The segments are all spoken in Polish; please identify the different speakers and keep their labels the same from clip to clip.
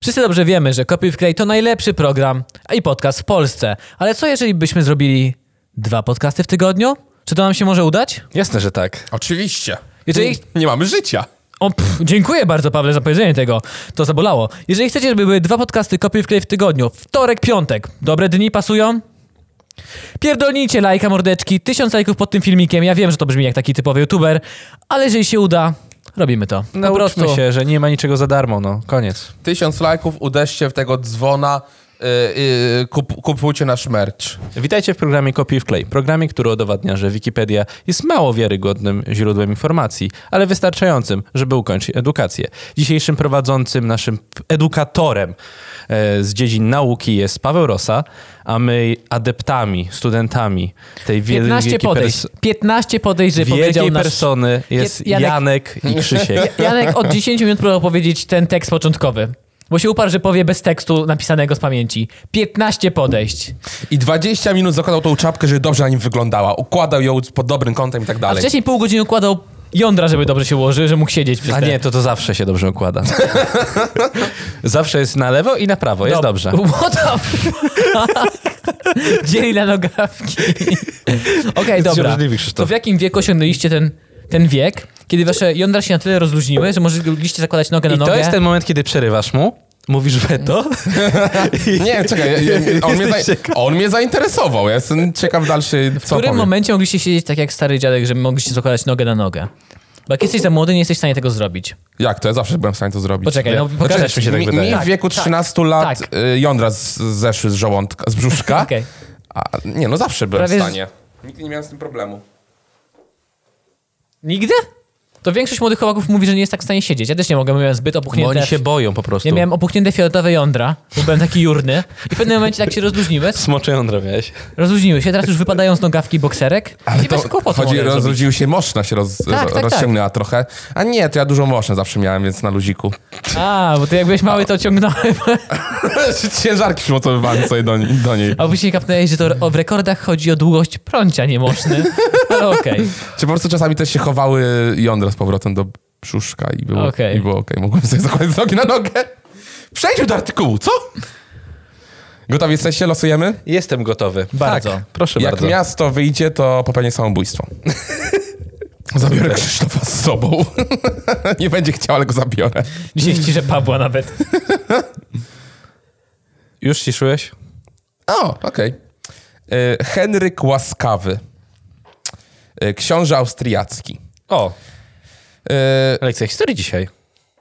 Speaker 1: Wszyscy dobrze wiemy, że Copy w Clay to najlepszy program a i podcast w Polsce. Ale co jeżeli byśmy zrobili dwa podcasty w tygodniu? Czy to nam się może udać?
Speaker 2: Jasne, że tak.
Speaker 3: Oczywiście.
Speaker 1: Jeżeli-
Speaker 3: Nie mamy życia.
Speaker 1: O, pff, dziękuję bardzo, Pawle, za powiedzenie tego. To zabolało. Jeżeli chcecie, żeby były dwa podcasty Kopiuj w klej w tygodniu, wtorek, piątek, dobre dni pasują? Pierdolnijcie lajka, mordeczki, tysiąc lajków pod tym filmikiem. Ja wiem, że to brzmi jak taki typowy youtuber, ale jeżeli się uda, robimy to. Po
Speaker 2: Nauczmy
Speaker 1: prostu.
Speaker 2: się, że nie ma niczego za darmo, no. Koniec.
Speaker 3: Tysiąc lajków, uderzcie w tego dzwona,
Speaker 1: y,
Speaker 3: yy, yy, kup, kupujcie nasz merch.
Speaker 2: Witajcie w programie Kopiuj w klej. Programie, który udowadnia, że Wikipedia jest mało wiarygodnym źródłem informacji, ale wystarczającym, żeby ukończyć edukację. Dzisiejszym prowadzącym, naszym p- edukatorem e, z dziedzin nauki jest Paweł Rosa, a my adeptami, studentami tej wiel-
Speaker 1: 15
Speaker 2: wielkiej,
Speaker 1: podejść.
Speaker 2: pers-
Speaker 1: 15 podejść, że powiedział
Speaker 2: wielkiej
Speaker 1: nasz...
Speaker 2: persony jest
Speaker 1: Je- Janek-
Speaker 2: Janek i Krzysiek.
Speaker 1: Janek od 10 minut próbował powiedzieć ten tekst początkowy. Bo się uparł, że powie bez tekstu napisanego z pamięci. 15 podejść.
Speaker 3: I 20 minut zakładał tą czapkę, żeby dobrze na nim wyglądała. Układał ją pod dobrym kątem i tak
Speaker 1: A
Speaker 3: dalej.
Speaker 1: wcześniej pół godziny układał jądra, żeby dobrze się ułożyły, że mógł siedzieć przez
Speaker 2: A
Speaker 1: te-
Speaker 2: nie, to to zawsze się dobrze układa. zawsze jest na lewo i na prawo, jest
Speaker 1: Dob-
Speaker 2: dobrze.
Speaker 1: What the fuck? Dzieli na nogawki. Okej, dobra.
Speaker 2: możliwy, Krzysztof.
Speaker 1: To w jakim wieku osiągnęliście ten, ten wiek, kiedy wasze jądra się na tyle rozluźniły, że mogliście zakładać nogę na
Speaker 2: I
Speaker 1: nogę?
Speaker 2: to jest ten moment, kiedy przerywasz mu, mówisz weto. I
Speaker 3: Nie, czekaj, ja- ja- on, mnie
Speaker 2: Jesteś
Speaker 3: za, on mnie zainteresował. Ja jestem ciekaw dalszy, co
Speaker 1: W którym
Speaker 3: powie.
Speaker 1: momencie mogliście siedzieć tak jak stary dziadek, że mogliście zakładać nogę na nogę? Bo jak jesteś za młody, nie jesteś w stanie tego zrobić.
Speaker 3: Jak to? Ja zawsze byłem w stanie to zrobić.
Speaker 1: Poczekaj, no
Speaker 3: Znaczy,
Speaker 1: pokażesz mi się tak
Speaker 3: mi,
Speaker 1: wydaje.
Speaker 3: Mi w wieku
Speaker 1: Tak,
Speaker 3: 13 lat
Speaker 1: tak.
Speaker 3: y, jądra z, zeszły z żołądka, z brzuszka.
Speaker 1: Okej.
Speaker 3: A, nie, no zawsze byłem
Speaker 1: Prawie z-
Speaker 3: w stanie. Nigdy nie miałem z tym problemu.
Speaker 1: Nigdy? To większość młodych chłopaków mówi, że nie jest tak w stanie siedzieć. Ja też nie mogę, bo miałem zbyt
Speaker 2: Bo
Speaker 1: opuchnięte...
Speaker 2: oni się boją po prostu.
Speaker 1: Ja miałem opuchnięte fioletowe jądra, bo byłem taki jurny i w pewnym momencie tak się rozluźniły,
Speaker 2: Smocze jądro miałeś.
Speaker 1: rozluźniły się, teraz już wypadają z nogawki bokserek i bez kłopotu
Speaker 3: chodzi,
Speaker 1: mogę roz... zrobić.
Speaker 3: rozrodził się moszna, się roz,
Speaker 1: tak, tak.
Speaker 3: rozciągnęła trochę. A nie, to ja dużo moszna zawsze miałem, więc na luziku.
Speaker 1: A, bo ty jak byłeś mały, to ciągnąłem,
Speaker 3: Ciężarki przymocowywałem sobie do, do niej.
Speaker 1: a później kapnęłeś, że to o- w rekordach chodzi o długość prącia niemożny, ale okej.
Speaker 3: Czy po prostu czasami też się chowały jądra z powrotem do brzuszka i było
Speaker 1: Okej.
Speaker 3: i było okej. Mogłem sobie zakładać z nogi na nogę. Przejdźmy do artykułu, co? Gotowi jesteście? Losujemy?
Speaker 2: Jestem gotowy.
Speaker 1: Bardzo.
Speaker 2: Tak, proszę
Speaker 3: Jak
Speaker 2: bardzo.
Speaker 3: miasto wyjdzie, to popełnię samobójstwo. Zabiorę Krzysztofa z sobą. Nie będzie chciał, ale go zabiorę.
Speaker 1: Dzisiaj ściszę Pabła nawet.
Speaker 2: Już ciszyłeś?
Speaker 3: O, okej. Y, Henryk Łaskawy. Y, Książę austriacki.
Speaker 2: O,
Speaker 3: Y,
Speaker 2: lekcja historii dzisiaj.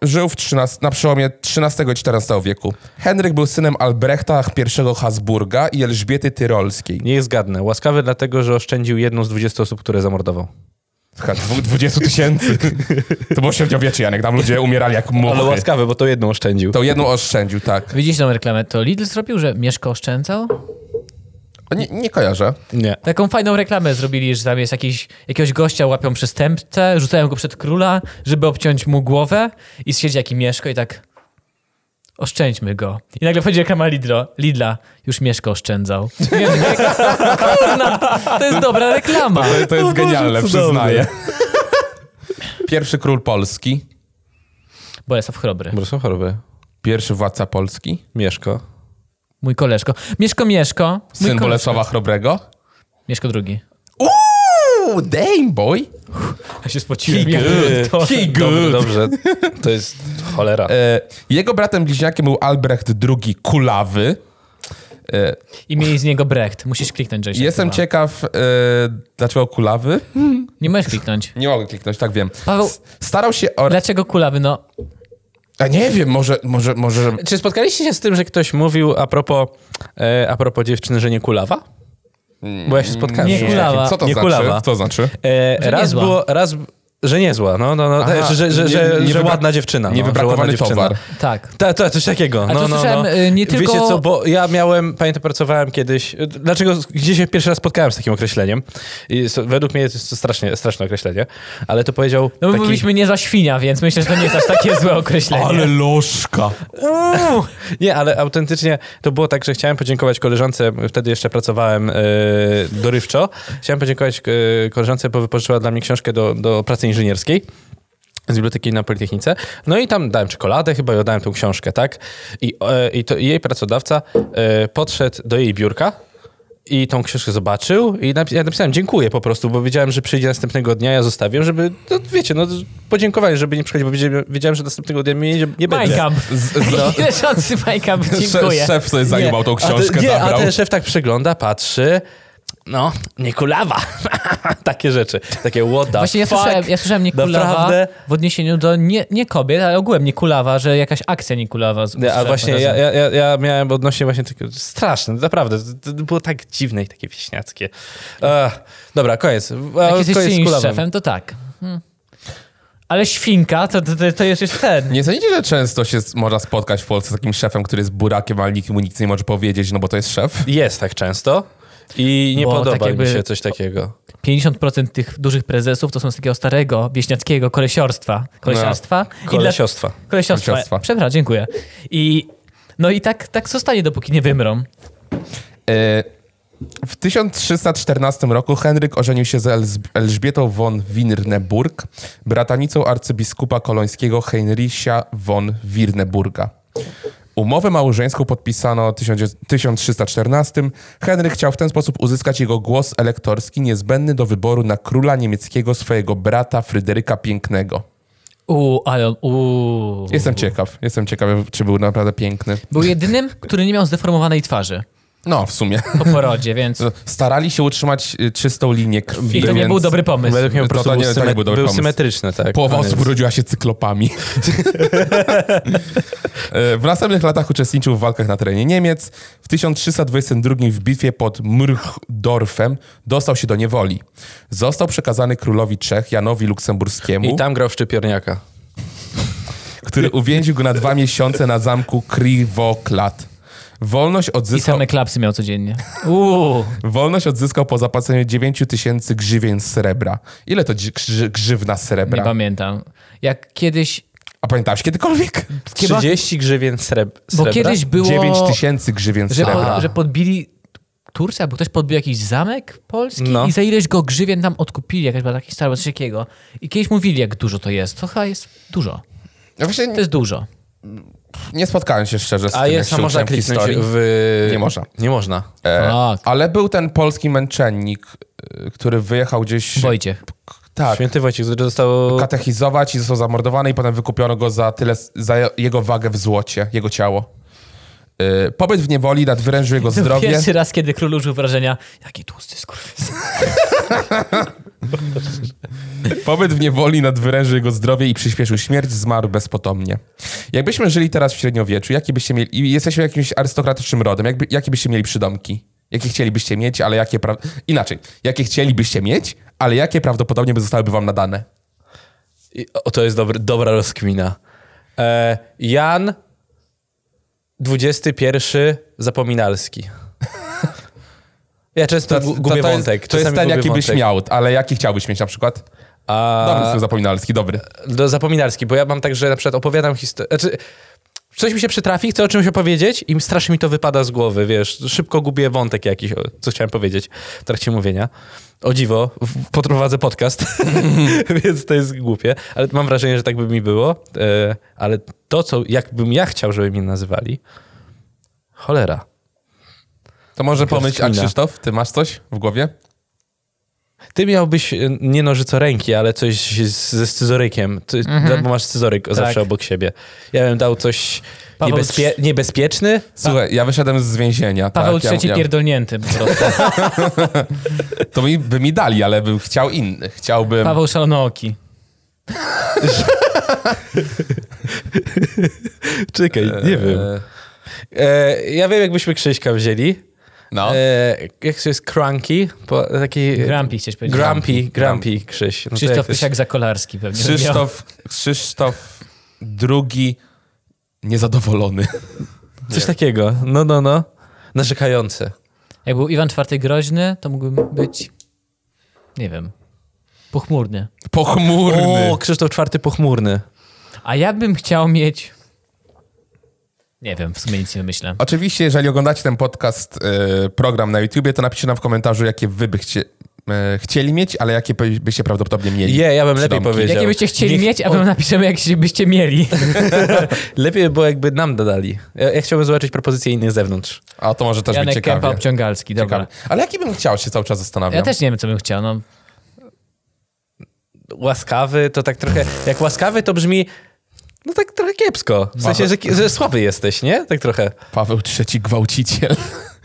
Speaker 3: żył w 13, na przełomie XIII i XIV wieku. Henryk był synem Albrechta I Habsburga i Elżbiety Tyrolskiej.
Speaker 2: Nie jest gadne. Łaskawy dlatego, że oszczędził jedną z 20 osób, które zamordował.
Speaker 3: Słuchaj, dwu- 20 tysięcy. To było średniowiecze, Janek. Tam ludzie umierali jak muchy.
Speaker 2: Ale łaskawy, bo to jedną oszczędził.
Speaker 3: To jedną oszczędził, tak.
Speaker 1: Widzieliście tą reklamę, to Lidl zrobił, że Mieszko oszczędzał?
Speaker 3: Nie, nie kojarzę.
Speaker 2: Nie.
Speaker 1: Taką fajną reklamę zrobili, że tam jest jakiś, jakiegoś gościa, łapią przestępcę, rzucają go przed króla, żeby obciąć mu głowę i siedzi jaki Mieszko i tak oszczędźmy go. I nagle wchodzi reklama Lidlo, Lidla, już Mieszko oszczędzał. I ja tak, Kurna, to jest dobra reklama.
Speaker 3: To, to jest
Speaker 2: cudowne.
Speaker 3: genialne, przyznaję. Pierwszy król Polski.
Speaker 1: Bolesław Chrobry,
Speaker 2: Bo są choroby.
Speaker 3: Pierwszy władca Polski.
Speaker 2: Mieszko.
Speaker 1: mój koleżko. Mieszko, Mieszko. mój
Speaker 3: Syn
Speaker 1: koleżko.
Speaker 3: Bolesława Chrobrego.
Speaker 1: Mieszko drugi.
Speaker 3: Uuu, damn boy.
Speaker 1: Ja się spociłem.
Speaker 2: He good.
Speaker 1: To-
Speaker 3: He
Speaker 2: Dobrze,
Speaker 3: good.
Speaker 2: dobrze. To jest cholera.
Speaker 3: E, jego bratem bliźniakiem był Albrecht II Kulawy. E,
Speaker 1: I mieli z niego Brecht. Musisz kliknąć, Jason.
Speaker 3: Jestem
Speaker 1: chyba.
Speaker 3: ciekaw, e, dlaczego kulawy?
Speaker 1: Nie możesz kliknąć.
Speaker 3: Nie mogę kliknąć, tak wiem.
Speaker 1: Paweł-
Speaker 3: S- Starał się o...
Speaker 1: Dlaczego kulawy? No,
Speaker 3: A nie wiem, może, może, może...
Speaker 2: Czy spotkaliście się z tym, że ktoś mówił a propos, e, a propos dziewczyny, że nie kulawa? Bo ja się spotkałem.
Speaker 1: Nie
Speaker 2: z czymś
Speaker 1: kulawa.
Speaker 2: takim.
Speaker 3: Co to
Speaker 2: nie
Speaker 3: znaczy?
Speaker 2: kulawa.
Speaker 3: Co znaczy?
Speaker 2: E,
Speaker 1: Że
Speaker 2: raz
Speaker 1: niezła.
Speaker 2: było, raz, że niezła, no, no, no
Speaker 3: Aha,
Speaker 2: że, że, że,
Speaker 3: nie-
Speaker 2: że,
Speaker 3: nie
Speaker 2: że
Speaker 3: wybra-
Speaker 2: ładna dziewczyna.
Speaker 3: nie
Speaker 2: no, że
Speaker 3: wybrakowany
Speaker 2: ładna dziewczyna.
Speaker 3: towar.
Speaker 1: tak.
Speaker 2: Ta, ta, coś takiego.
Speaker 1: A
Speaker 2: No,
Speaker 1: to
Speaker 2: no,
Speaker 1: słyszałem,
Speaker 2: no.
Speaker 1: y, nie tylko-
Speaker 2: Wiecie co, bo ja miałem, pamiętam, pracowałem kiedyś, y, dlaczego gdzieś się pierwszy raz spotkałem z takim określeniem. I s- według mnie jest to strasznie, straszne określenie, ale to powiedział
Speaker 1: No my
Speaker 2: taki...
Speaker 1: mówiliśmy nie za świnia, więc myślę, że to nie jest aż takie złe określenie.
Speaker 3: lożka.
Speaker 1: Uuu.
Speaker 2: Nie, ale autentycznie to było tak, że chciałem podziękować koleżance, wtedy jeszcze pracowałem e, dorywczo, chciałem podziękować e, koleżance, bo wypożyczyła dla mnie książkę do, do pracy inżynierskiej. z biblioteki na Politechnice. No i tam dałem czekoladę chyba i oddałem tą książkę, tak? I, e, i, to, i jej pracodawca e, podszedł do jej biurka i tą książkę zobaczył i napi- ja napisałem dziękuję po prostu, bo wiedziałem, że przyjdzie następnego dnia, ja zostawiłem, żeby, no, wiecie, no podziękowali, żeby nie przychodzić, bo wiedziałem, wiedziałem że następnego dnia mnie nie, nie będzie.
Speaker 1: Majkamp. Leżący Majkamp, dziękuję.
Speaker 3: Szef, szef sobie zajmował tą książkę,
Speaker 2: a, te, No, nie, a
Speaker 3: zabrał.
Speaker 2: ten szef tak przegląda, patrzy, no, nie kulawa. Takie rzeczy. Takie what the
Speaker 1: Właśnie ja
Speaker 2: fuck.
Speaker 1: słyszałem, ja słyszałem niekulawa
Speaker 2: Naprawdę?
Speaker 1: w odniesieniu do nie, nie kobiet, ale ogółem niekulawa, że jakaś akcja niekulawa. z-
Speaker 2: Nie, a
Speaker 1: słyszałem
Speaker 2: właśnie
Speaker 1: razem.
Speaker 2: ja, ja, ja- ja miałem odnośnie właśnie takie straszne, naprawdę, to, to było tak dziwne i takie wieśniackie. Ech, dobra, koniec. A,
Speaker 1: Jak jesteś
Speaker 2: koniec z
Speaker 1: czyimś
Speaker 2: kulawym.
Speaker 1: szefem, to tak. Hmm. Ale świnka, to, to, to- to jest już ten.
Speaker 3: Nie sądzicie, że często się z- można spotkać w Polsce z takim szefem, który jest burakiem, ale nikt mu nic nie może powiedzieć, no bo to jest szef?
Speaker 2: Jest tak często i nie
Speaker 1: Bo
Speaker 2: podoba
Speaker 1: tak jakby-
Speaker 2: mi się coś takiego.
Speaker 1: 50% tych dużych prezesów to są z takiego starego, wieśniackiego kolesiorstwa. Kolesiarstwa.
Speaker 2: No,
Speaker 1: I dla,
Speaker 2: Kolesiostwa.
Speaker 1: kolesiorstwa.
Speaker 3: Kolesiorstwa.
Speaker 1: Przepraszam, dziękuję. I, no i tak, tak zostanie, dopóki nie wymrą.
Speaker 3: E, W 1314 roku Henryk ożenił się z Elz- Elżbietą von Wirneburg, bratanicą arcybiskupa kolońskiego Heinricha von Wirneburga. Umowę małżeńską podpisano w 1900 1314. Henryk chciał w ten sposób uzyskać jego głos elektorski niezbędny do wyboru na króla niemieckiego swojego brata Fryderyka Pięknego.
Speaker 1: Uuu, ale on, uuu.
Speaker 3: Jestem ciekaw, jestem ciekaw, czy był naprawdę piękny.
Speaker 1: Był jedynym, który nie miał zdeformowanej twarzy
Speaker 3: No, w sumie.
Speaker 1: po porodzie, więc
Speaker 3: Starali się utrzymać y, czystą linię krwi.
Speaker 1: i to nie
Speaker 3: więc-
Speaker 1: był dobry pomysł.
Speaker 2: Według mnie po
Speaker 3: To-
Speaker 2: prostu
Speaker 3: No
Speaker 2: był,
Speaker 3: to nie- to nie
Speaker 2: syme-
Speaker 3: był dobry
Speaker 2: był
Speaker 3: pomysł.
Speaker 2: symetryczny, tak.
Speaker 3: Połowa
Speaker 2: Koniec.
Speaker 3: osób urodziła się cyklopami. E, w następnych latach uczestniczył w walkach na terenie Niemiec. W 1322 w bitwie pod Mrchdorfem dostał się do niewoli. Został przekazany królowi Czech Janowi Luksemburskiemu,
Speaker 2: I tam grał w szczypiorniaka.
Speaker 3: który uwięził go na dwa miesiące na zamku Kriwoklat. Wolność
Speaker 1: I
Speaker 3: odzyskał,
Speaker 1: same klapsy miał codziennie. Uuu.
Speaker 3: wolność odzyskał po zapłaceniu 9 tysięcy grzywien srebra. Ile to dzi- grzy, grzywna
Speaker 1: Nie
Speaker 3: srebra?
Speaker 1: pamiętam. Jak kiedyś.
Speaker 3: A pamiętałeś kiedykolwiek?
Speaker 1: Chyba,
Speaker 2: 30 grzywien sreb-
Speaker 1: bo
Speaker 2: srebra.
Speaker 1: kiedyś było.
Speaker 3: 9 tysięcy grzywien
Speaker 1: że,
Speaker 3: srebra.
Speaker 1: po, że podbili Turcję, albo ktoś podbił jakiś zamek polski
Speaker 2: No.
Speaker 1: i za ileś go grzywien tam odkupili, jakaś była taki stary, coś takiego. I kiedyś mówili, jak dużo to jest. To chyba jest dużo.
Speaker 3: Ja właśnie
Speaker 1: To jest dużo.
Speaker 3: Nie spotkałem się szczerze z
Speaker 2: A
Speaker 3: tym,
Speaker 2: jest,
Speaker 3: jak
Speaker 2: a
Speaker 3: się
Speaker 2: można
Speaker 3: uczyłem
Speaker 2: kliknąć
Speaker 3: historii.
Speaker 2: w...
Speaker 3: Nie można.
Speaker 2: Nie można.
Speaker 3: E,
Speaker 1: tak.
Speaker 3: Ale był ten polski męczennik, y, który wyjechał gdzieś...
Speaker 1: Wojciech.
Speaker 3: K- Tak.
Speaker 2: Święty Wojciech został...
Speaker 3: Katechizować i został zamordowany i potem wykupiono go za tyle, za jego wagę w złocie, jego ciało. Y, Pobyt w niewoli nadwyrężył jego zdrowie.
Speaker 1: Pierwszy raz, kiedy król użył wrażenia, jaki tłusty skurwysyn.
Speaker 3: Pobyt w niewoli nadwyrężył jego zdrowie i przyspieszył śmierć, zmarł bezpotomnie. Jakbyśmy żyli teraz w średniowieczu, jaki byście mieli... i Jesteśmy jakimś arystokratycznym rodem, jakby, jakie byście mieli przydomki? Jakie chcielibyście mieć, ale jakie... Pra... Inaczej, jakie chcielibyście mieć, ale jakie prawdopodobnie by zostałyby wam nadane?
Speaker 2: I- O, to jest dobry, dobra rozkmina. E, Jan 21 Zapominalski. Ja często gu- gubię
Speaker 3: to jest,
Speaker 2: wątek.
Speaker 3: To jest
Speaker 2: czasami
Speaker 3: ten,
Speaker 2: gubię
Speaker 3: jaki byś
Speaker 2: wątek.
Speaker 3: miał, ale jaki chciałbyś mieć na przykład? Dobry
Speaker 2: A,
Speaker 3: jestem zapominalski, dobry.
Speaker 2: do Zapominalski, bo ja mam tak, że na przykład opowiadam historię... Znaczy, coś mi się przytrafi, chcę o czymś opowiedzieć i strasznie mi to wypada z głowy, wiesz. Szybko gubię wątek jakiś, o, co chciałem powiedzieć w trakcie mówienia. O dziwo, w- poprowadzę podcast, więc to jest głupie, ale mam wrażenie, że tak by mi było. E, ale to, co jakbym ja chciał, żeby mnie nazywali, cholera.
Speaker 3: To może pomyśl, a
Speaker 2: Kmina.
Speaker 3: Krzysztof, ty masz coś w głowie?
Speaker 2: Ty miałbyś e, nie nożycoręki, ale coś z, ze scyzorykiem. Ty,
Speaker 1: Mhm.
Speaker 2: Bo masz scyzoryk zawsze obok siebie. Ja bym dał coś
Speaker 1: Tak. Paweł
Speaker 2: niebezpie- niebezpieczny,
Speaker 3: Słuchaj, ja wyszedłem z więzienia.
Speaker 1: Paweł
Speaker 3: tak,
Speaker 1: III
Speaker 3: ja, ja,
Speaker 1: pierdolnięty po prostu.
Speaker 3: To mi, by mi dali, ale bym chciał inny. Chciałbym...
Speaker 1: Paweł Szalonooki.
Speaker 2: Czekaj, nie wiem. E, ja wiem, jakbyśmy Krzyśka wzięli.
Speaker 3: No.
Speaker 2: E, jak to jest cranky? Po, taki
Speaker 1: Grumpy chciałeś powiedzieć.
Speaker 2: Y, grumpy, grumpy Krzyś. No to
Speaker 1: Krzysztof
Speaker 2: jak to jest?
Speaker 1: Pysiak Zakolarski pewnie. by miał.
Speaker 3: Krzysztof, Krzysztof drugi niezadowolony.
Speaker 2: Coś takiego. No, no, no. Narzekający.
Speaker 1: Jak był Iwan IV groźny, to mógłbym być. Nie wiem. Pochmurny.
Speaker 3: Pochmurny.
Speaker 2: O, Krzysztof czwarty pochmurny.
Speaker 1: A ja bym chciał mieć. Nie wiem, w sumie nic nie myślę.
Speaker 3: e, Oczywiście, jeżeli oglądacie ten podcast, y, program na YouTubie, to napiszcie nam w komentarzu, jakie wy by chcie, e, chcieli mieć, ale jakie by- byście prawdopodobnie mieli.
Speaker 2: Je, ja bym lepiej
Speaker 3: Przydomki.
Speaker 2: powiedział.
Speaker 1: Jakie byście chcieli
Speaker 2: Niech-
Speaker 1: mieć, a wam napiszemy, jak się byście mieli.
Speaker 2: Lepiej by było, jakby nam dodali. Ja, ja chciałbym zobaczyć propozycje innych z zewnątrz.
Speaker 3: A to może też być
Speaker 1: Janek
Speaker 3: ciekawie.
Speaker 1: Kępa Obciągalski, dobra.
Speaker 3: ciekawie. Ale jaki bym chciał, się cały czas zastanawiam.
Speaker 1: Ja też nie wiem, co bym chciał. No.
Speaker 2: Łaskawy to tak trochę... Jak łaskawy to brzmi... No tak trochę kiepsko. W sensie, że, że słaby jesteś, nie? Tak trochę.
Speaker 3: Paweł III gwałciciel.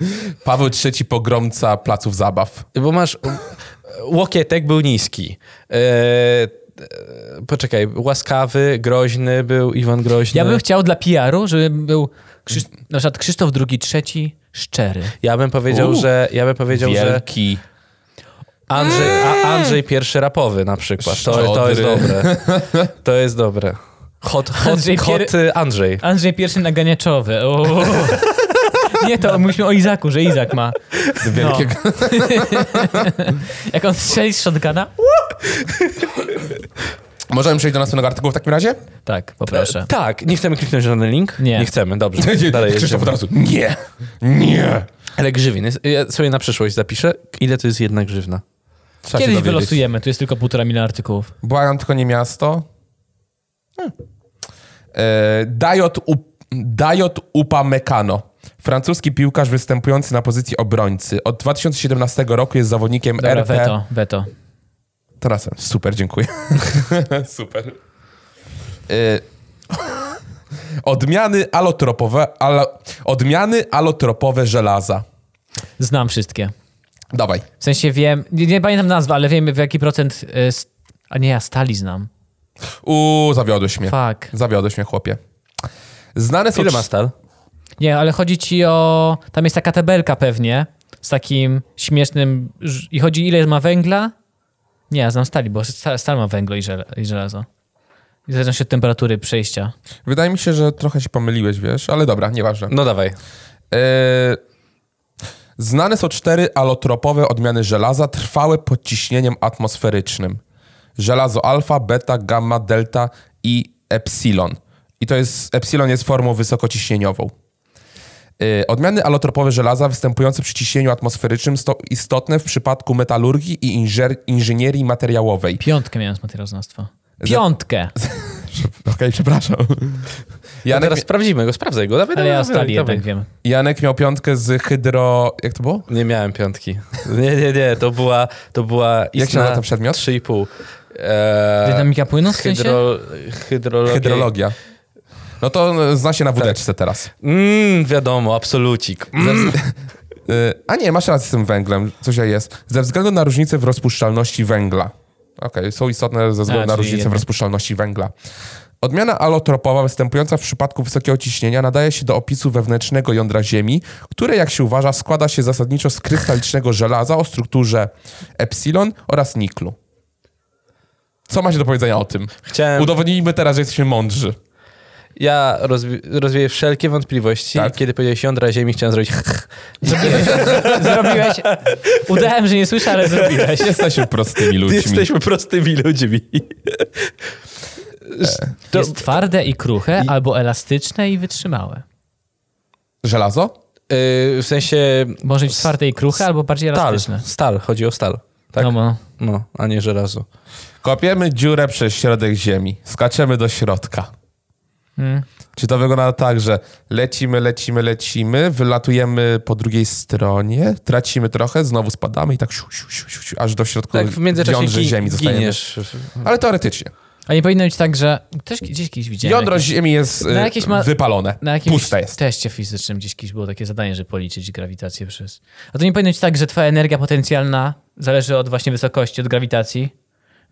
Speaker 3: Paweł III pogromca placów zabaw.
Speaker 2: Bo masz. Łokietek był niski. E, e, poczekaj, łaskawy, groźny był Iwan Groźny.
Speaker 1: Ja bym chciał dla PR-u, żeby był Krzysz... na przykład Krzysztof II, trzeci, szczery.
Speaker 2: Ja bym powiedział,
Speaker 3: U.
Speaker 2: że. Ja bym powiedział, że.
Speaker 3: Wielki.
Speaker 2: Andrzej, a Andrzej pierwszy rapowy na przykład. To, to jest
Speaker 3: Szczodry.
Speaker 2: dobre. To jest dobre. Hot,
Speaker 1: Andrzej
Speaker 2: hot, Andrzej, hot
Speaker 1: pier-
Speaker 2: y, Andrzej.
Speaker 1: Andrzej I naganiaczowy. O. Nie, to mówiliśmy o Izaku, że Izak ma. No.
Speaker 3: Wielkiego.
Speaker 1: Jak on strzeli z shotguna?
Speaker 3: Możemy przejść do następnego artykułu w takim razie?
Speaker 1: Tak, poproszę.
Speaker 2: Tak, nie chcemy kliknąć na ten link?
Speaker 1: Nie.
Speaker 2: Nie chcemy, dobrze. Dalej
Speaker 3: Krzysztof
Speaker 2: jedziemy.
Speaker 3: od razu. Nie. Nie.
Speaker 2: Ale grzywin. jest- Ja sobie na przyszłość zapiszę, ile to jest jedna grzywna.
Speaker 3: Trzeba się
Speaker 1: Kiedyś
Speaker 3: dowiedzieć.
Speaker 1: wylosujemy, tu jest tylko półtora miliona artykułów.
Speaker 3: Błagam, tylko nie miasto. Hmm. E, Dajot, Up- Dajot Upamecano. Francuski piłkarz występujący na pozycji obrońcy. Od 2017 roku jest zawodnikiem
Speaker 1: Dobra,
Speaker 3: RP.
Speaker 1: weto, weto.
Speaker 3: To razem. Super, dziękuję. Super. Y... Odmiany alotropowe, alo... odmiany alotropowe żelaza.
Speaker 1: Znam wszystkie.
Speaker 3: Dawaj.
Speaker 1: W sensie wiem, nie, nie pamiętam nazwy, ale wiem w jaki procent... y, s- A nie, ja stali znam.
Speaker 3: Uuu, zawiodłeś mnie.
Speaker 1: Fuck.
Speaker 3: Zawiodłeś mnie, chłopie. Znane są...
Speaker 2: Ile
Speaker 3: trz-
Speaker 2: ma stal?
Speaker 1: Nie, ale chodzi ci o... Tam jest taka tabelka pewnie z takim śmiesznym... ż- I chodzi ile ma węgla? Nie, ja znam stali, bo sta- stal ma węglo i, żel i żelazo. I zależy się od temperatury przejścia.
Speaker 3: Wydaje mi się, że trochę się pomyliłeś, wiesz, ale dobra, nieważne.
Speaker 2: No dawaj.
Speaker 3: E, Znane są cztery alotropowe odmiany żelaza trwałe pod ciśnieniem atmosferycznym. Żelazo alfa, beta, gamma, delta i epsilon. I to jest, epsilon jest formą wysokociśnieniową. E, Odmiany alotropowe żelaza występujące przy ciśnieniu atmosferycznym są istotne w przypadku metalurgii i inżer- inżynierii materiałowej.
Speaker 1: Piątkę miałem z materiałoznawstwa. Piątkę!
Speaker 3: Okej, przepraszam.
Speaker 2: Ja
Speaker 3: Janek,
Speaker 2: teraz sprawdzimy go, sprawdzaj go.
Speaker 1: Ale
Speaker 2: Dawaj, dawaj,
Speaker 1: ja
Speaker 2: dawaj,
Speaker 1: stali
Speaker 2: dawaj.
Speaker 1: jednak wiem.
Speaker 3: Janek miał piątkę z hydro... Jak to było?
Speaker 2: Nie miałem piątki. Nie, nie, nie, to była to była istna
Speaker 3: się nazywa ten przedmiot?
Speaker 2: 3,5. Eee,
Speaker 1: Dynamika płynu w sensie?
Speaker 2: hydro, hydrologia.
Speaker 3: Hydrologia. No to e, zna się na
Speaker 1: Tak.
Speaker 3: wódeczce teraz.
Speaker 2: Mm, wiadomo, absolucik. Mm.
Speaker 3: Y, A nie, masz rację z tym węglem. Coś ja jest. Ze względu na różnicę w rozpuszczalności węgla. Okej, są istotne ze względu
Speaker 1: A,
Speaker 3: na
Speaker 1: czyli
Speaker 3: różnicę w
Speaker 1: jednak.
Speaker 3: rozpuszczalności węgla. Odmiana alotropowa występująca w przypadku wysokiego ciśnienia nadaje się do opisu wewnętrznego jądra Ziemi, które, jak się uważa, składa się zasadniczo z krystalicznego żelaza o strukturze epsilon oraz niklu. Co macie do powiedzenia o tym?
Speaker 2: Chciałem,
Speaker 3: Udowodnijmy teraz, że jesteśmy mądrzy.
Speaker 2: ja rozwi- rozwieję wszelkie wątpliwości
Speaker 3: Tak.
Speaker 2: i kiedy powiedziałeś jądra ziemi, chciałem zrobić
Speaker 1: Zrobiłeś, zrobiłeś. Udałem, że nie słyszę, ale zrobiłeś.
Speaker 3: Jesteśmy prostymi ludźmi.
Speaker 2: jesteśmy prostymi ludźmi. To-
Speaker 1: Jest twarde i kruche, albo elastyczne i wytrzymałe.
Speaker 3: Żelazo?
Speaker 2: Yy, w sensie
Speaker 1: Może być twarde i kruche, albo bardziej
Speaker 2: stal,
Speaker 1: elastyczne.
Speaker 2: stal, chodzi o stal. Tak?
Speaker 1: No,
Speaker 2: No,
Speaker 1: no.
Speaker 2: a nie żelazo.
Speaker 3: Kopiemy dziurę przez środek ziemi. Skaczemy do środka.
Speaker 1: Mm.
Speaker 3: Czy to wygląda tak, że lecimy, lecimy, lecimy, wylatujemy po drugiej stronie, tracimy trochę, znowu spadamy i tak siu, siu, siu, siu, siu, aż do środka
Speaker 2: Tak, w międzyczasie
Speaker 3: jądrze
Speaker 2: gi-
Speaker 3: ziemi zostajemy.
Speaker 2: giniesz.
Speaker 3: Ale teoretycznie.
Speaker 1: A nie powinno być tak, że. Też gdzieś kiedyś widziałem.
Speaker 3: Jądro
Speaker 1: jakieś-
Speaker 3: ziemi jest
Speaker 1: Na
Speaker 3: y,
Speaker 1: jakieś ma-
Speaker 3: wypalone.
Speaker 1: na jakimś
Speaker 3: Puste jest.
Speaker 1: teście fizycznym gdzieś kiedyś było takie zadanie, żeby policzyć grawitację przez. A to nie powinno być tak, że twoja energia potencjalna zależy od właśnie wysokości, od grawitacji.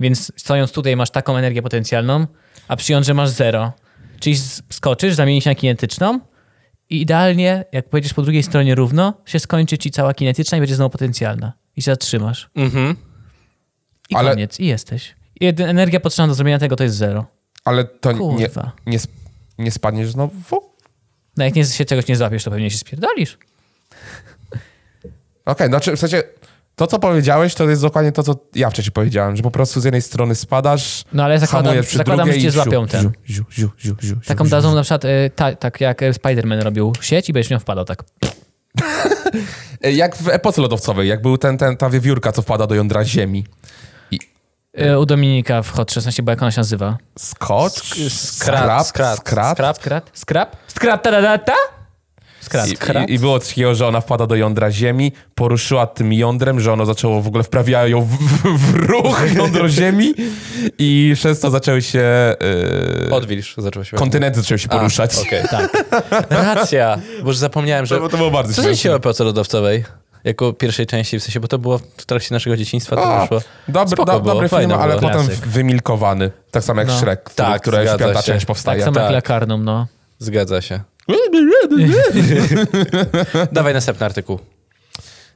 Speaker 1: Więc stojąc tutaj masz taką energię potencjalną, a przy jądrze masz zero. Czyli z- skoczysz, zamienisz się na kinetyczną i idealnie, jak pojedziesz po drugiej stronie równo, się skończy ci cała kinetyczna i będzie znowu potencjalna. I się zatrzymasz.
Speaker 2: Mhm.
Speaker 1: I
Speaker 3: Ale-
Speaker 1: koniec. I jesteś. I jedy- energia potrzebna do zrobienia tego to jest zero.
Speaker 3: Ale to nie,
Speaker 1: Kurwa.
Speaker 3: nie, sp- nie spadniesz znowu? Okej,
Speaker 1: No jak nie, się czegoś nie złapiesz, to pewnie się spierdolisz.
Speaker 3: znaczy w sensie to, co powiedziałeś, to jest dokładnie to, co ja wcześniej powiedziałem, że po prostu z jednej strony spadasz,
Speaker 1: No ale zakładam,
Speaker 3: hamujesz przy
Speaker 1: zakładam że
Speaker 3: drugiej
Speaker 1: cię
Speaker 3: i siu,
Speaker 1: złapią ten.
Speaker 3: siu, siu, siu, siu, siu,
Speaker 1: Taką
Speaker 3: siu,
Speaker 1: e, dadzą na przykład, y, ta, tak jak y, Spider-Man robił sieć i będziesz w nią wpadał tak.
Speaker 3: E, Jak w epoce lodowcowej, jak był ten, ten, ta wiewiórka, co wpada do jądra ziemi.
Speaker 1: E, U Dominika w Hot 16, bo jak ona się nazywa?
Speaker 3: Skocz?
Speaker 2: Skrat, skrat,
Speaker 3: skrat.
Speaker 2: skrat.
Speaker 1: Skrat? Skrap? Skrat taradata? Skrat.
Speaker 3: I, i, I było coś takiego, że ona wpada do jądra ziemi, poruszyła tym jądrem, że ono zaczęło w ogóle wprawiała ją w, w, w ruch jądro ziemi i przez to zaczęły się... Yy,
Speaker 2: Odwilż, zaczęło się.
Speaker 3: kontynenty zaczęły się
Speaker 2: A,
Speaker 3: poruszać.
Speaker 2: Okej, tak. Racja, bo już zapomniałem, że...
Speaker 3: No bo to było bardzo
Speaker 2: Co
Speaker 3: śmieszne.
Speaker 2: się o epoce lodowcowej? Jako pierwszej części, w sensie, bo to było w trakcie naszego dzieciństwa, to
Speaker 3: A,
Speaker 2: wyszło.
Speaker 3: Dobry,
Speaker 2: Spoko
Speaker 3: do,
Speaker 2: było,
Speaker 3: dobry film,
Speaker 2: fajne
Speaker 3: ale
Speaker 2: było.
Speaker 3: potem
Speaker 1: Klasyk.
Speaker 3: wymilkowany. Tak samo jak
Speaker 1: No.
Speaker 3: Shrek, który,
Speaker 2: Tak,
Speaker 3: które
Speaker 2: zgadza
Speaker 3: piąta
Speaker 2: się.
Speaker 3: część
Speaker 1: Tak
Speaker 3: powstaje.
Speaker 1: samo jak
Speaker 2: tak.
Speaker 1: lekarnum, no.
Speaker 2: Zgadza się. Dawaj następny artykuł.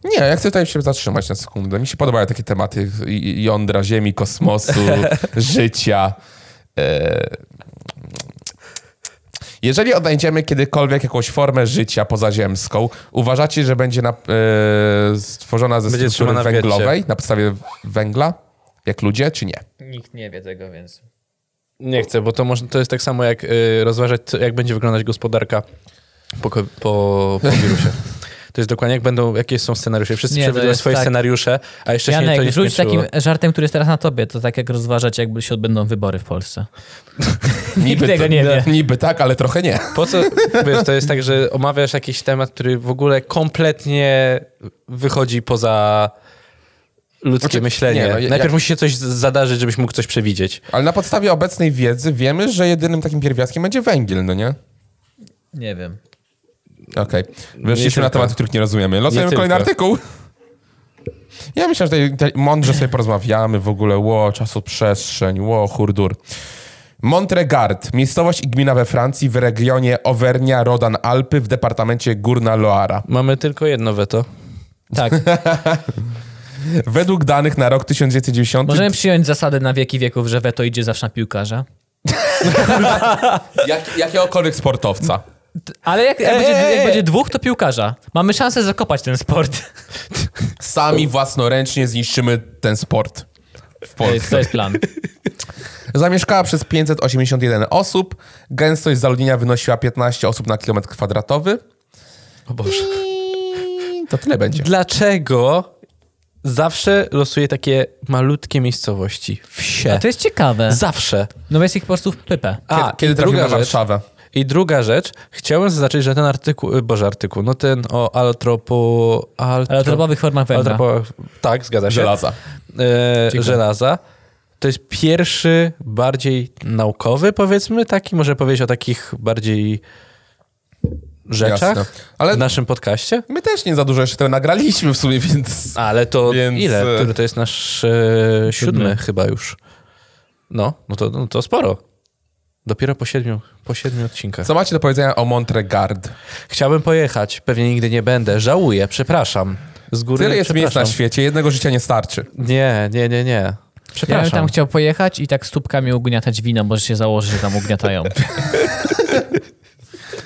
Speaker 3: Nie, ja chcę tutaj się zatrzymać na sekundę. Mi się podobają takie tematy i- i- jądra, ziemi, kosmosu, życia. E, Jeżeli odnajdziemy kiedykolwiek jakąś formę życia pozaziemską, uważacie, że będzie na, e, stworzona ze
Speaker 2: Będzie trzymana w
Speaker 3: struktury
Speaker 2: getcie.
Speaker 3: węglowej na podstawie węgla, jak ludzie, czy nie?
Speaker 1: Nikt nie wie tego, więc...
Speaker 2: Nie chcę, bo to, może, to jest tak samo jak y, rozważać, co, jak będzie wyglądać gospodarka po, ko- po, po wirusie. To jest dokładnie jak będą, jakie są scenariusze. Wszyscy
Speaker 1: Nie, to
Speaker 2: przewidują
Speaker 1: jest
Speaker 2: swoje
Speaker 1: tak.
Speaker 2: scenariusze, a jeszcze się to nie
Speaker 1: Janek, rzuć
Speaker 2: skończyło.
Speaker 1: takim żartem, który jest teraz na tobie. To tak jak rozważać, jakby się odbędą wybory w Polsce. Nikt tego
Speaker 3: to-
Speaker 1: nie wie.
Speaker 3: Niby tak, ale trochę nie.
Speaker 2: Po co, wiesz, to jest tak, że omawiasz jakiś temat, który w ogóle kompletnie wychodzi poza ludzkie
Speaker 3: Znaczy,
Speaker 2: myślenie.
Speaker 3: nie, no, ja-
Speaker 2: Najpierw
Speaker 3: ja-
Speaker 2: musi się coś z- zadarzyć, żebyś mógł coś przewidzieć.
Speaker 3: Ale na podstawie obecnej wiedzy wiemy, że jedynym takim pierwiastkiem będzie węgiel, no nie?
Speaker 1: Nie wiem.
Speaker 3: Okej.
Speaker 2: Nie
Speaker 3: Weszliśmy
Speaker 2: tylko.
Speaker 3: na tematy, których nie rozumiemy. Losujemy
Speaker 2: Nie
Speaker 3: kolejny
Speaker 2: tylko.
Speaker 3: artykuł. Ja myślę, że tutaj, tutaj mądrze sobie porozmawiamy w ogóle. Ło, czasoprzestrzeń, ło, hurdur. Montregard, miejscowość i gmina we Francji w regionie Auvernia Rodan Alpy w departamencie Górna Loara.
Speaker 2: Mamy tylko jedno weto.
Speaker 1: Tak,
Speaker 3: Według danych na rok 1990...
Speaker 1: możemy przyjąć zasadę na wieki wieków, że weto idzie zawsze na piłkarza.
Speaker 3: Jak, jakiegokolwiek sportowca.
Speaker 1: Ale jak, jak,
Speaker 2: Ej,
Speaker 1: będzie,
Speaker 2: ej, ej.
Speaker 1: jak będzie dwóch, to piłkarza. Mamy szansę zakopać ten sport.
Speaker 3: Sami własnoręcznie zniszczymy ten sport w
Speaker 1: To
Speaker 3: Polsce.
Speaker 1: jest, to jest plan.
Speaker 3: Zamieszkała przez 581 osób. Gęstość zaludnienia wynosiła 15 osób na kilometr kwadratowy.
Speaker 2: O Boże.
Speaker 3: To tyle będzie.
Speaker 2: Dlaczego zawsze losuję takie malutkie miejscowości? Wsie.
Speaker 1: A to jest ciekawe.
Speaker 2: Zawsze.
Speaker 1: No bo jest ich po prostu w pypę.
Speaker 2: A,
Speaker 3: kiedy kiedy
Speaker 2: i
Speaker 3: trafimy
Speaker 2: druga
Speaker 3: na
Speaker 2: rzecz,
Speaker 3: Warszawę?
Speaker 2: I druga rzecz, chciałem zaznaczyć, że ten artykuł, y, boże artykuł, no ten o alotropo...
Speaker 1: Ale o
Speaker 2: Alotro,
Speaker 1: drobowych formach węgla.
Speaker 2: alotropo tak, zgadza się.
Speaker 3: Żelaza.
Speaker 2: e, żelaza. To jest pierwszy, bardziej naukowy, powiedzmy, taki, może powiedzieć o takich bardziej rzeczach
Speaker 3: Jasne. Ale
Speaker 2: w naszym podcaście.
Speaker 3: my też nie za dużo jeszcze tego nagraliśmy w sumie, więc...
Speaker 2: Ale to
Speaker 3: Więc,
Speaker 2: ile?
Speaker 3: e,
Speaker 2: Który to jest nasz e, siódmy
Speaker 1: siódmy.
Speaker 2: chyba już. No, no to, no to sporo. Dopiero po siedmiu, po siedmiu odcinkach.
Speaker 3: Co macie do powiedzenia o Montregard?
Speaker 2: Chciałbym pojechać, pewnie nigdy nie będę. Żałuję, przepraszam. Z góry
Speaker 3: Tyle jest miejsc na
Speaker 2: przepraszam.
Speaker 3: świecie, jednego życia nie starczy.
Speaker 2: Nie, nie, nie, nie.
Speaker 1: Ja bym
Speaker 2: Przepraszam.
Speaker 1: tam chciał pojechać i tak stópkami ugniatać wino, może się założy, że tam ugniatają.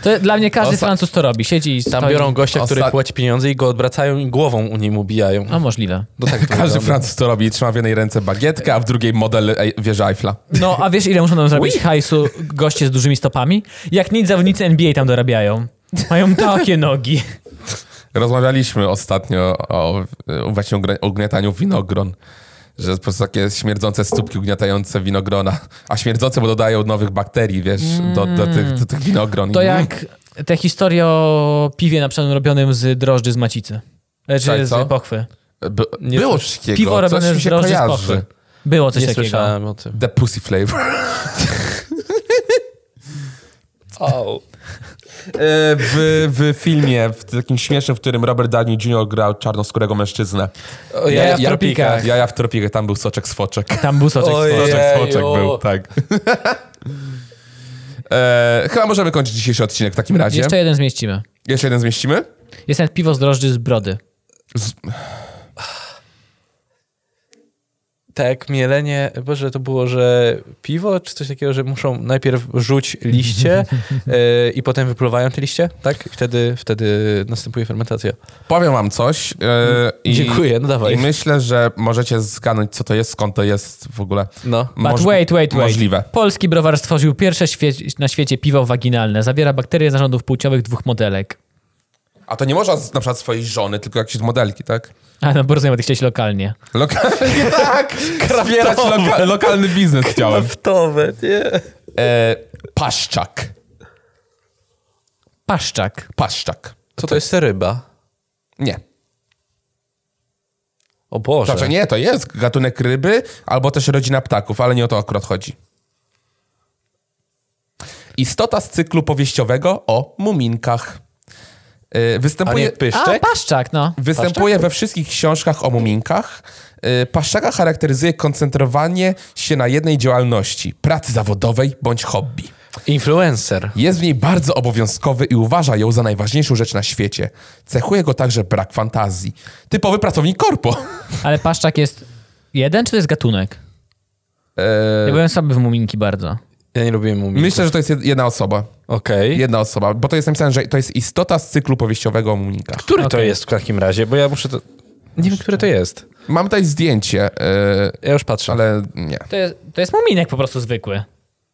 Speaker 1: To dla mnie każdy
Speaker 3: Osta-
Speaker 1: Francuz to robi. Siedzi i stoi.
Speaker 2: Tam biorą gościa, który
Speaker 3: Osta-
Speaker 2: płaci pieniądze i go odwracają i głową u nim ubijają.
Speaker 1: No możliwe.
Speaker 2: No tak to
Speaker 3: Każdy
Speaker 2: wygląda.
Speaker 3: Francuz to robi. Trzyma w jednej ręce bagietkę, a w drugiej model ej, wieży Eiffla.
Speaker 1: No, a wiesz ile muszą nam zrobić hajsu goście z dużymi stopami? Jak nic zawodnicy NBA tam dorabiają. Mają takie nogi.
Speaker 3: Rozmawialiśmy ostatnio o, o właśnie ugra- ugniataniu winogron. Że po prostu takie śmierdzące stópki ugniatające winogrona. A śmierdzące, bo dodają nowych bakterii, wiesz, do, do, tych, do tych winogron.
Speaker 1: To
Speaker 3: Mm.
Speaker 1: jak te historie o piwie na przykład robionym z drożdży z macicy.
Speaker 3: Tak,
Speaker 1: Czy
Speaker 3: co?
Speaker 1: z pochwy.
Speaker 3: By,
Speaker 2: Nie
Speaker 3: było
Speaker 2: słyszę-
Speaker 3: coś takiego.
Speaker 1: Piwo
Speaker 3: coś
Speaker 1: robione
Speaker 3: mi
Speaker 1: z
Speaker 3: się
Speaker 1: drożdży z
Speaker 3: kojarzy.
Speaker 1: pochwy. Było coś
Speaker 2: Nie
Speaker 1: takiego.
Speaker 2: słyszałem o tym.
Speaker 3: The pussy flavor.
Speaker 2: Oh.
Speaker 3: E, W, w filmie, w takim śmiesznym, w którym Robert Downey Jr. grał czarnoskórego mężczyznę.
Speaker 2: O, jaja w tropikach.
Speaker 3: Jaja w tropikach, tam był soczek z foczek.
Speaker 1: Tam był soczek.
Speaker 2: Ojej.
Speaker 3: Soczek z foczek
Speaker 2: Ojeju.
Speaker 3: był, tak. E, chyba możemy kończyć dzisiejszy odcinek w takim razie.
Speaker 1: Jeszcze jeden zmieścimy.
Speaker 3: Jeszcze jeden zmieścimy?
Speaker 1: Jest nawet piwo z drożdży z brody.
Speaker 2: Tak, mielenie, boże, to było, że piwo, czy coś takiego, że muszą najpierw rzuć liście y, i potem wypluwają te liście, tak? I wtedy, wtedy następuje fermentacja.
Speaker 3: Powiem wam coś. e, i,
Speaker 2: Dziękuję, no
Speaker 3: I
Speaker 2: dawaj.
Speaker 3: myślę, że możecie zgadnąć, co to jest, skąd to jest w ogóle.
Speaker 2: No.
Speaker 1: But
Speaker 3: Moż-
Speaker 1: wait, wait, wait.
Speaker 3: Możliwe.
Speaker 1: Polski browar stworzył pierwsze świe- na świecie piwo waginalne. Zawiera bakterie z narządów płciowych dwóch modelek.
Speaker 3: A to nie można z- na przykład swojej żony, tylko jakiejś modelki, tak?
Speaker 1: A no, bo rozumiem, bo ty chciałeś lokalnie.
Speaker 3: Lokalnie tak! Wspierać loka- lokalny biznes chciałem.
Speaker 2: Naftowe, nie.
Speaker 3: E, paszczak.
Speaker 1: Paszczak.
Speaker 3: Paszczak.
Speaker 2: Co to jest ryba?
Speaker 3: Nie.
Speaker 2: O Boże.
Speaker 3: Znaczy nie, to jest gatunek ryby albo też rodzina ptaków, ale nie o to akurat chodzi. Istota z cyklu powieściowego o muminkach. E,
Speaker 2: A
Speaker 3: występuje...
Speaker 2: nie pyszczek?
Speaker 1: A, paszczak, no.
Speaker 3: Występuje we wszystkich książkach o muminkach. Y, Paszczaka charakteryzuje koncentrowanie się na jednej działalności, pracy zawodowej bądź hobby.
Speaker 2: Influencer.
Speaker 3: Jest w niej bardzo obowiązkowy i uważa ją za najważniejszą rzecz na świecie. Cechuje go także brak fantazji. Typowy pracownik korpo.
Speaker 1: Ale paszczak jest jeden, czy to jest gatunek? Ja
Speaker 3: E,
Speaker 1: byłem słaby w muminki bardzo.
Speaker 2: Ja nie lubię muminków.
Speaker 3: myślę, że to jest jed- jedna osoba.
Speaker 2: Okej.
Speaker 3: Jedna osoba, bo to jest napisane, że to jest istota z cyklu powieściowego o muminkach.
Speaker 2: Który to
Speaker 1: Okej.
Speaker 2: jest w takim razie? Bo ja muszę to... Nie wiem, który to jest.
Speaker 3: Mam tutaj zdjęcie, y,
Speaker 2: Ja już patrzę.
Speaker 3: ale nie.
Speaker 1: To jest, to jest muminek po prostu zwykły.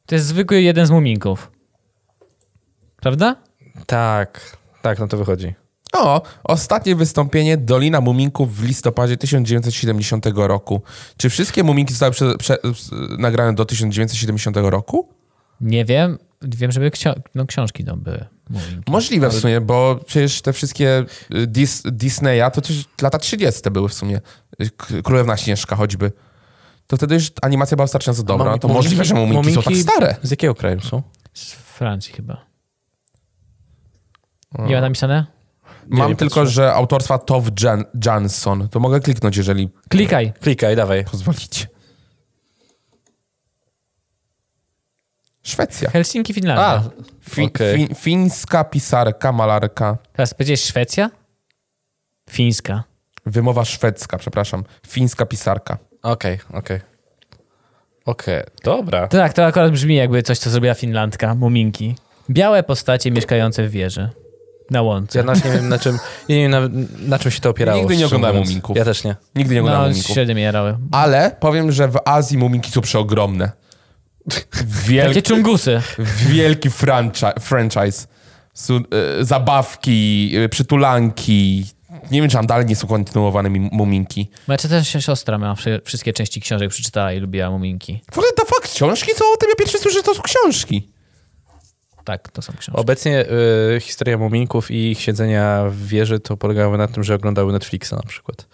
Speaker 1: To jest zwykły jeden z muminków. Prawda?
Speaker 2: Tak. Tak, no to wychodzi.
Speaker 3: O, ostatnie wystąpienie Dolina Muminków w listopadzie 1970 roku. Czy wszystkie Muminki zostały prze, prze, s- nagrane do 1970 roku?
Speaker 1: Nie wiem. Wiem, żeby ksio- no, książki tam były. Muminki.
Speaker 3: Możliwe w sumie, bo przecież te wszystkie y, Dis, Disneya to też lata 30. były w sumie. Y, K- Królewna Śnieżka choćby. To wtedy już animacja była wystarczająco dobra.
Speaker 2: Mam-
Speaker 3: to możliwe, że muminki, są tak stare.
Speaker 2: Z jakiego kraju są?
Speaker 1: Z Francji chyba. Nie ma napisane?
Speaker 3: Mam
Speaker 2: nie
Speaker 3: tylko,
Speaker 2: patrzę.
Speaker 3: że autorstwa Tove Jan, Jansson. To mogę kliknąć, jeżeli
Speaker 1: Klikaj.
Speaker 2: Klikaj, dawaj.
Speaker 3: pozwolicie. Szwecja.
Speaker 1: Helsinki, Finlandia.
Speaker 2: A.
Speaker 3: Fi,
Speaker 2: Okej.
Speaker 3: fi, fińska pisarka, malarka.
Speaker 1: Teraz powiedziałeś Szwecja? Fińska.
Speaker 3: Wymowa szwedzka, przepraszam. Fińska pisarka.
Speaker 2: Okej, okej. Okej, dobra.
Speaker 1: Tak, to akurat brzmi jakby coś, co zrobiła Finlandka. Muminki. Białe postacie mieszkające w wieży. Na łące.
Speaker 2: Ja nawet nie wiem na czym, nie wiem na, na czym się to opierało.
Speaker 3: Nigdy nie
Speaker 2: szczerze
Speaker 3: oglądałem
Speaker 2: mówiąc.
Speaker 3: Muminków.
Speaker 2: Ja też nie.
Speaker 3: Nigdy nie oglądałem
Speaker 1: no,
Speaker 3: muminków.
Speaker 1: średnio mnie jarały.
Speaker 3: Ale powiem, że w Azji muminki są przeogromne.
Speaker 1: Takie
Speaker 3: Wielki,
Speaker 1: czungusy.
Speaker 3: wielki franchi- franchise. Su, e, zabawki, e, przytulanki. Nie wiem, czy tam dalej nie są kontynuowane mi- muminki.
Speaker 1: Znaczy też się siostra miała wszy- wszystkie części książek, przeczytała i lubiła muminki.
Speaker 3: W ogóle to fakt, książki są o tym, ja pierwszy słyszę, że to są książki.
Speaker 1: Tak, to są książki.
Speaker 2: Obecnie y, historia muminków i ich siedzenia w wieży to polegały na tym, że oglądały Netflixa na przykład.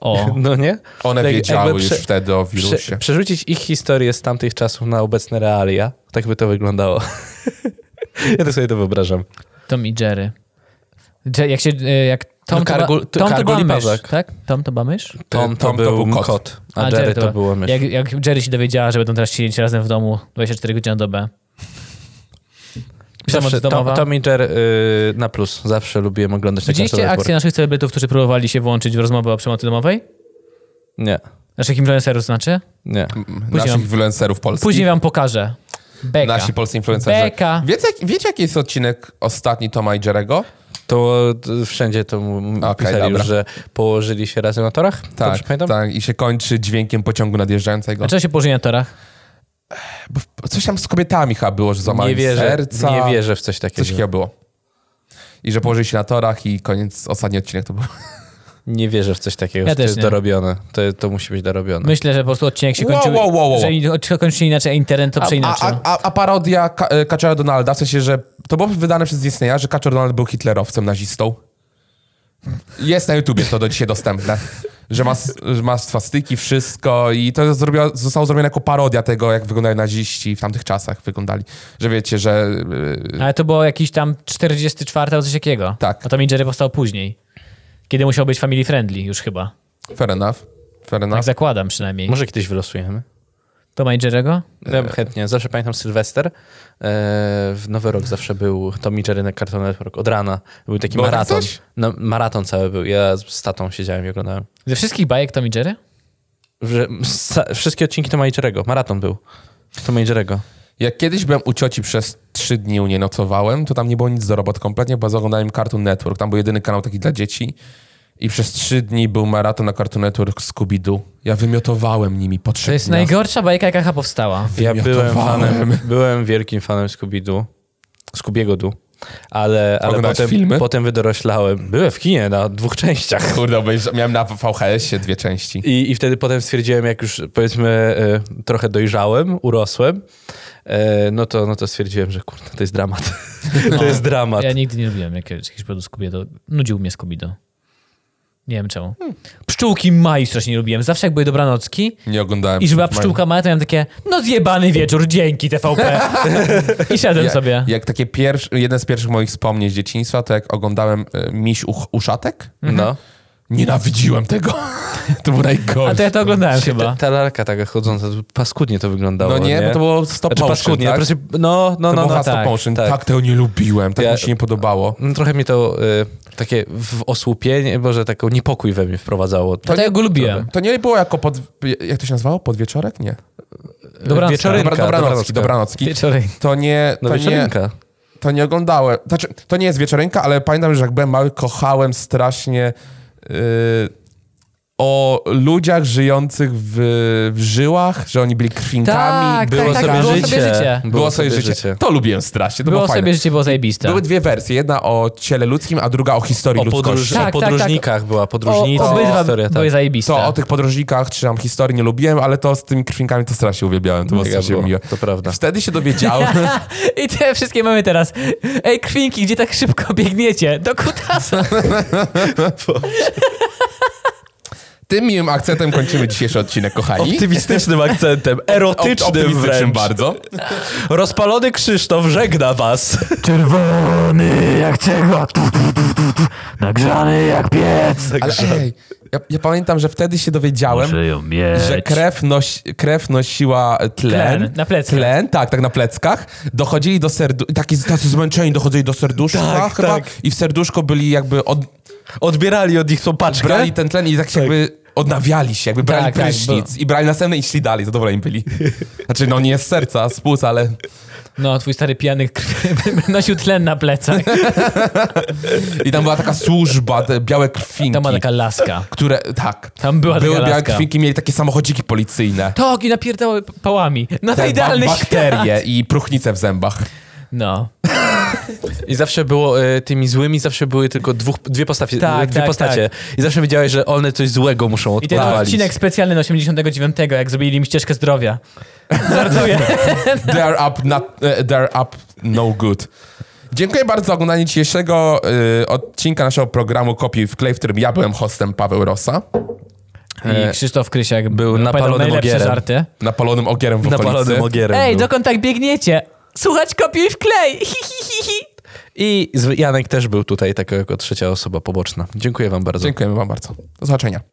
Speaker 1: O,
Speaker 2: No nie?
Speaker 3: One
Speaker 2: Tak
Speaker 3: wiedziały
Speaker 2: jakby
Speaker 3: już
Speaker 2: prze-
Speaker 3: wtedy o
Speaker 2: Prze,
Speaker 3: wirusie.
Speaker 2: przerzucić ich historię z tamtych czasów na obecne realia, tak by to wyglądało. ja to sobie to wyobrażam.
Speaker 1: Tom i Jerry. Je- jak się, e, jak Tom,
Speaker 2: No,
Speaker 1: to,
Speaker 2: Kargul-
Speaker 1: ba,
Speaker 2: to
Speaker 1: Tom to była
Speaker 2: Kargul i
Speaker 1: mysz,
Speaker 2: Pawlak.
Speaker 1: tak? Tom to była mysz?
Speaker 2: Tom to, był, kot, a, Jerry, to,
Speaker 1: była-
Speaker 2: było mysz.
Speaker 1: Jak, jak Jerry się dowiedziała, że będą teraz siedzieć razem w domu 24 godziny na dobę. Przemoc
Speaker 2: Zawsze, Tom,
Speaker 1: domowa.
Speaker 2: Tom i Jerry y, na plus. Zawsze lubiłem oglądać te
Speaker 1: Widzieliście
Speaker 2: kartone
Speaker 1: akcję naszych celebrytów, którzy próbowali się włączyć w rozmowę o przemocy domowej?
Speaker 2: wybory. Nie,
Speaker 1: Naszych influencerów znaczy?
Speaker 2: nie.
Speaker 3: Naszych
Speaker 1: mam-
Speaker 3: influencerów polskich.
Speaker 1: Później wam pokażę. Beka.
Speaker 3: Nasi polscy influencerzy.
Speaker 1: Beka.
Speaker 3: Wiecie, jak, wiecie, jaki jest odcinek ostatni Toma i Jerego?
Speaker 2: To y, wszędzie to m-
Speaker 3: Okej,
Speaker 2: pisali
Speaker 3: dobra.
Speaker 2: już, że położyli się razem na torach? Dobrze pamiętam? Znaczy-
Speaker 3: tak. I się kończy dźwiękiem pociągu nadjeżdżającego.
Speaker 1: Dlaczego się położyli na torach?
Speaker 3: Coś tam z kobietami chyba było, że
Speaker 2: Nie
Speaker 3: złamali
Speaker 2: wierzę,
Speaker 3: serca.
Speaker 2: nie wierzę w coś takiego.
Speaker 3: Coś takiego było. I że położyli się na torach i koniec, ostatni odcinek to był.
Speaker 2: Nie wierzę w coś takiego.
Speaker 1: Ja
Speaker 2: że to
Speaker 1: też
Speaker 2: jest
Speaker 1: nie.
Speaker 2: dorobione. To, to musi być dorobione.
Speaker 1: Myślę, że po prostu odcinek się
Speaker 3: Wow,
Speaker 1: kończył.
Speaker 3: wow, wow, wow.
Speaker 1: Że i- odcinek kończył się inaczej, a internet to
Speaker 3: A,
Speaker 1: przeinaczył.
Speaker 3: a, a, a parodia Ka- e, Kaczora Donalda, w sensie, że to było wydane przez Disneya, że Kaczor Donald był hitlerowcem, nazistą. Jest na YouTubie to do dzisiaj dostępne. Że ma, s- że ma swastyki, wszystko i to zrobiło, zostało zrobione jako parodia tego, jak wyglądają naziści w tamtych czasach wyglądali. Że wiecie, że... e,
Speaker 1: Ale to było jakiś tam 44 albo coś takiego.
Speaker 3: Tak.
Speaker 1: A Tom i Jerry powstał później. Kiedy musiał być family friendly już chyba.
Speaker 3: e, Fair enough. Fair
Speaker 1: Tak
Speaker 3: enough.
Speaker 1: zakładam przynajmniej.
Speaker 2: Może kiedyś wylosujemy?
Speaker 1: Toma i Jerry'ego?
Speaker 2: E, Ja bym chętnie. Zawsze pamiętam Sylwester. E, w Nowy Rok zawsze był Tom i Jerry na Cartoon Network od rana. Był taki
Speaker 3: Było tak
Speaker 2: maraton.
Speaker 3: coś?
Speaker 2: No, maraton cały był. Ja z z tatą siedziałem i oglądałem.
Speaker 1: Ze wszystkich bajek Tom i Jerry?
Speaker 2: Że, sa, wszystkie odcinki Toma i Jerry'ego. Maraton był. Toma i Jerry'ego.
Speaker 3: Jak kiedyś byłem u cioci przez trzy dni u niej nocowałem, to tam nie było nic do robot kompletnie, bo zaglądałem Cartoon Network. Tam był jedyny kanał taki dla dzieci. I przez trzy dni był maraton na Cartoon Network Scooby-Doo. Ja wymiotowałem nimi po trzech
Speaker 1: To jest
Speaker 3: dniach.
Speaker 1: najgorsza bajka, jaka chyba powstała.
Speaker 2: Ja byłem
Speaker 3: Wymiotowałem.
Speaker 2: fanem, byłem wielkim fanem Scooby-Doo. Scoobiego-Doo. Ale, ale
Speaker 3: Oglądałeś
Speaker 2: potem,
Speaker 3: filmy?
Speaker 2: potem wydoroślałem. Byłem w kinie na dwóch częściach.
Speaker 3: Kurde, obejrza- miałem na VHS-ie dwie części.
Speaker 2: I, I wtedy potem stwierdziłem, jak już powiedzmy e, trochę dojrzałem, urosłem, e, no, to, no to stwierdziłem, że kurde, to jest dramat. to jest dramat.
Speaker 1: Ja nigdy nie lubiłem jakiegoś jakiegoś produktu Scooby-Doo. Nudził mnie Scooby-Doo. Nie wiem czemu.
Speaker 3: Hmm.
Speaker 1: Pszczółki Mai strasznie nie lubiłem. Zawsze jak były dobranocki
Speaker 3: Nie oglądałem.
Speaker 1: i że była pszczółka Maja, to miałem takie, no zjebany wieczór, dzięki TVP. I siadłem
Speaker 3: Ja,
Speaker 1: sobie.
Speaker 3: Jak takie pierwsze, jeden z pierwszych moich wspomnień z dzieciństwa, to jak oglądałem e, Miś Uch- Uszatek,
Speaker 2: No.
Speaker 3: nienawidziłem tego. to był najgorsze.
Speaker 1: A to ja to oglądałem
Speaker 2: Ta,
Speaker 1: chyba.
Speaker 2: ta lalka taka chodząca, to paskudnie to wyglądało.
Speaker 3: No nie, bo to było stop
Speaker 2: znaczy,
Speaker 3: motion,
Speaker 2: paskudnie,
Speaker 3: tak?
Speaker 2: proszę, no, no,
Speaker 3: To
Speaker 2: no,
Speaker 3: było
Speaker 2: no,
Speaker 3: stop
Speaker 1: tak,
Speaker 3: motion.
Speaker 2: tak.
Speaker 3: Tak. tego nie lubiłem, tak
Speaker 2: Ja-
Speaker 3: mi się nie podobało.
Speaker 2: no. Trochę mi to y, takie w osłupienie, boże, taką niepokój we mnie wprowadzało.
Speaker 1: To ja go lubiłem.
Speaker 3: To nie było jako pod... Jak to się nazywało? Podwieczorek? Nie.
Speaker 1: Dobranocka.
Speaker 2: E, Wieczorynka,
Speaker 3: Dobra, dobranocki,
Speaker 2: dobranocka.
Speaker 1: tak.
Speaker 3: dobranocki.
Speaker 1: Wieczorem.
Speaker 3: To nie...
Speaker 2: No
Speaker 3: To nie,
Speaker 2: wieczorynka.
Speaker 1: Tak,
Speaker 3: to nie oglądałem. Znaczy, to nie jest wieczorynka, ale pamiętam, że jak byłem mały, kochałem strasznie yy, o ludziach żyjących w, w żyłach, że oni byli krwinkami.
Speaker 1: Tak,
Speaker 3: było
Speaker 1: tak, tak,
Speaker 3: sobie
Speaker 1: było
Speaker 3: życie.
Speaker 1: sobie życie.
Speaker 3: Było, sobie życie. To lubiłem strasznie, to było,
Speaker 1: Było
Speaker 3: no fajne.
Speaker 1: sobie życie, było zajebiste.
Speaker 3: Były dwie wersje, jedna o ciele ludzkim, a druga o historii
Speaker 2: O, podróż,
Speaker 3: ludzkości.
Speaker 1: Tak,
Speaker 2: o
Speaker 1: tak,
Speaker 2: podróżnikach była,
Speaker 1: O,
Speaker 2: podróżnica,
Speaker 1: obydwa
Speaker 2: historia, tak.
Speaker 1: były zajebiste.
Speaker 3: To o tych podróżnikach, czy tam historii nie lubiłem, ale to z tymi krwinkami to strasznie uwielbiałem, to było
Speaker 2: Mega
Speaker 3: strasznie
Speaker 2: było,
Speaker 3: miłe.
Speaker 2: to prawda.
Speaker 3: Wtedy się dowiedziałem,
Speaker 1: I te wszystkie mamy teraz. Ej, krwinki, gdzie tak szybko biegniecie? Do kutasa.
Speaker 3: tym miłym akcentem kończymy dzisiejszy odcinek, kochani.
Speaker 2: Optymistycznym akcentem, erotycznym
Speaker 3: Optymistycznym
Speaker 2: wręcz.
Speaker 3: bardzo.
Speaker 2: Rozpalony Krzysztof żegna was.
Speaker 4: Czerwony jak cegła, tu, tu, tu, tu, tu. nagrzany jak piec.
Speaker 3: Ale ej, ja, ja pamiętam, że wtedy się dowiedziałem,
Speaker 4: Muszę ją mieć.
Speaker 3: że krew, nosi, krew nosiła tlen.
Speaker 1: Tlen, na pleckach.
Speaker 3: Tlen, tak, tak, na pleckach. Dochodzili do serduszka, taki tacy zmęczeni dochodzili do serduszka
Speaker 2: Tak,
Speaker 3: chyba
Speaker 2: tak.
Speaker 3: i w serduszko byli jakby, od,
Speaker 2: Odbierali od nich tą paczkę.
Speaker 3: brali ten tlen i tak się jakby odnawiali się, jakby brali
Speaker 1: Tak, tak,
Speaker 3: prysznic i brali następny i szli dalej, zadowoleni byli. Znaczy, no nie z serca, z płuc, ale
Speaker 1: No, twój stary pijany krw... nosił tlen na plecach.
Speaker 3: i tam była taka służba, te białe
Speaker 1: Tam
Speaker 3: krwinki,
Speaker 1: była taka laska.
Speaker 3: które, tak,
Speaker 1: Tam była taka
Speaker 3: były białe
Speaker 1: laska.
Speaker 3: krwinki, mieli takie samochodziki policyjne.
Speaker 1: Tak, i napierdały p- pałami. No to
Speaker 3: Te
Speaker 1: idealny
Speaker 3: ba-
Speaker 1: świat.
Speaker 3: bakterie i próchnice w zębach.
Speaker 1: No.
Speaker 2: I zawsze było e, tymi złymi, zawsze były tylko dwóch, dwie, postacie,
Speaker 1: Tak,
Speaker 2: dwie
Speaker 1: tak,
Speaker 2: postacie. I zawsze wiedziałeś, że one coś złego muszą
Speaker 1: I ten
Speaker 2: odprawić.
Speaker 1: odcinek specjalny na 89, jak zrobili im ścieżkę zdrowia. Żartuję.
Speaker 3: They're up, not, eh, they're up no good. Dziękuję bardzo za oglądanie dzisiejszego y, odcinka naszego programu Kopiuj w klej, w którym ja byłem hostem Paweł Rosa.
Speaker 1: I Krzysztof Krysiak
Speaker 2: Był
Speaker 1: opowiadał
Speaker 2: napalonym
Speaker 1: najlepsze
Speaker 2: ogierem.
Speaker 1: żarty.
Speaker 3: Napalonym ogierem w okolicy.
Speaker 2: Napalonym ogierem.
Speaker 1: Ej,
Speaker 2: był.
Speaker 1: dokąd tak biegniecie? Słuchać kopiuj w klej. Hi, hi, hi, hi.
Speaker 2: I z- Janek też był tutaj, tak jako trzecia osoba poboczna. Dziękuję wam bardzo.
Speaker 3: Dziękujemy wam bardzo. Do zobaczenia.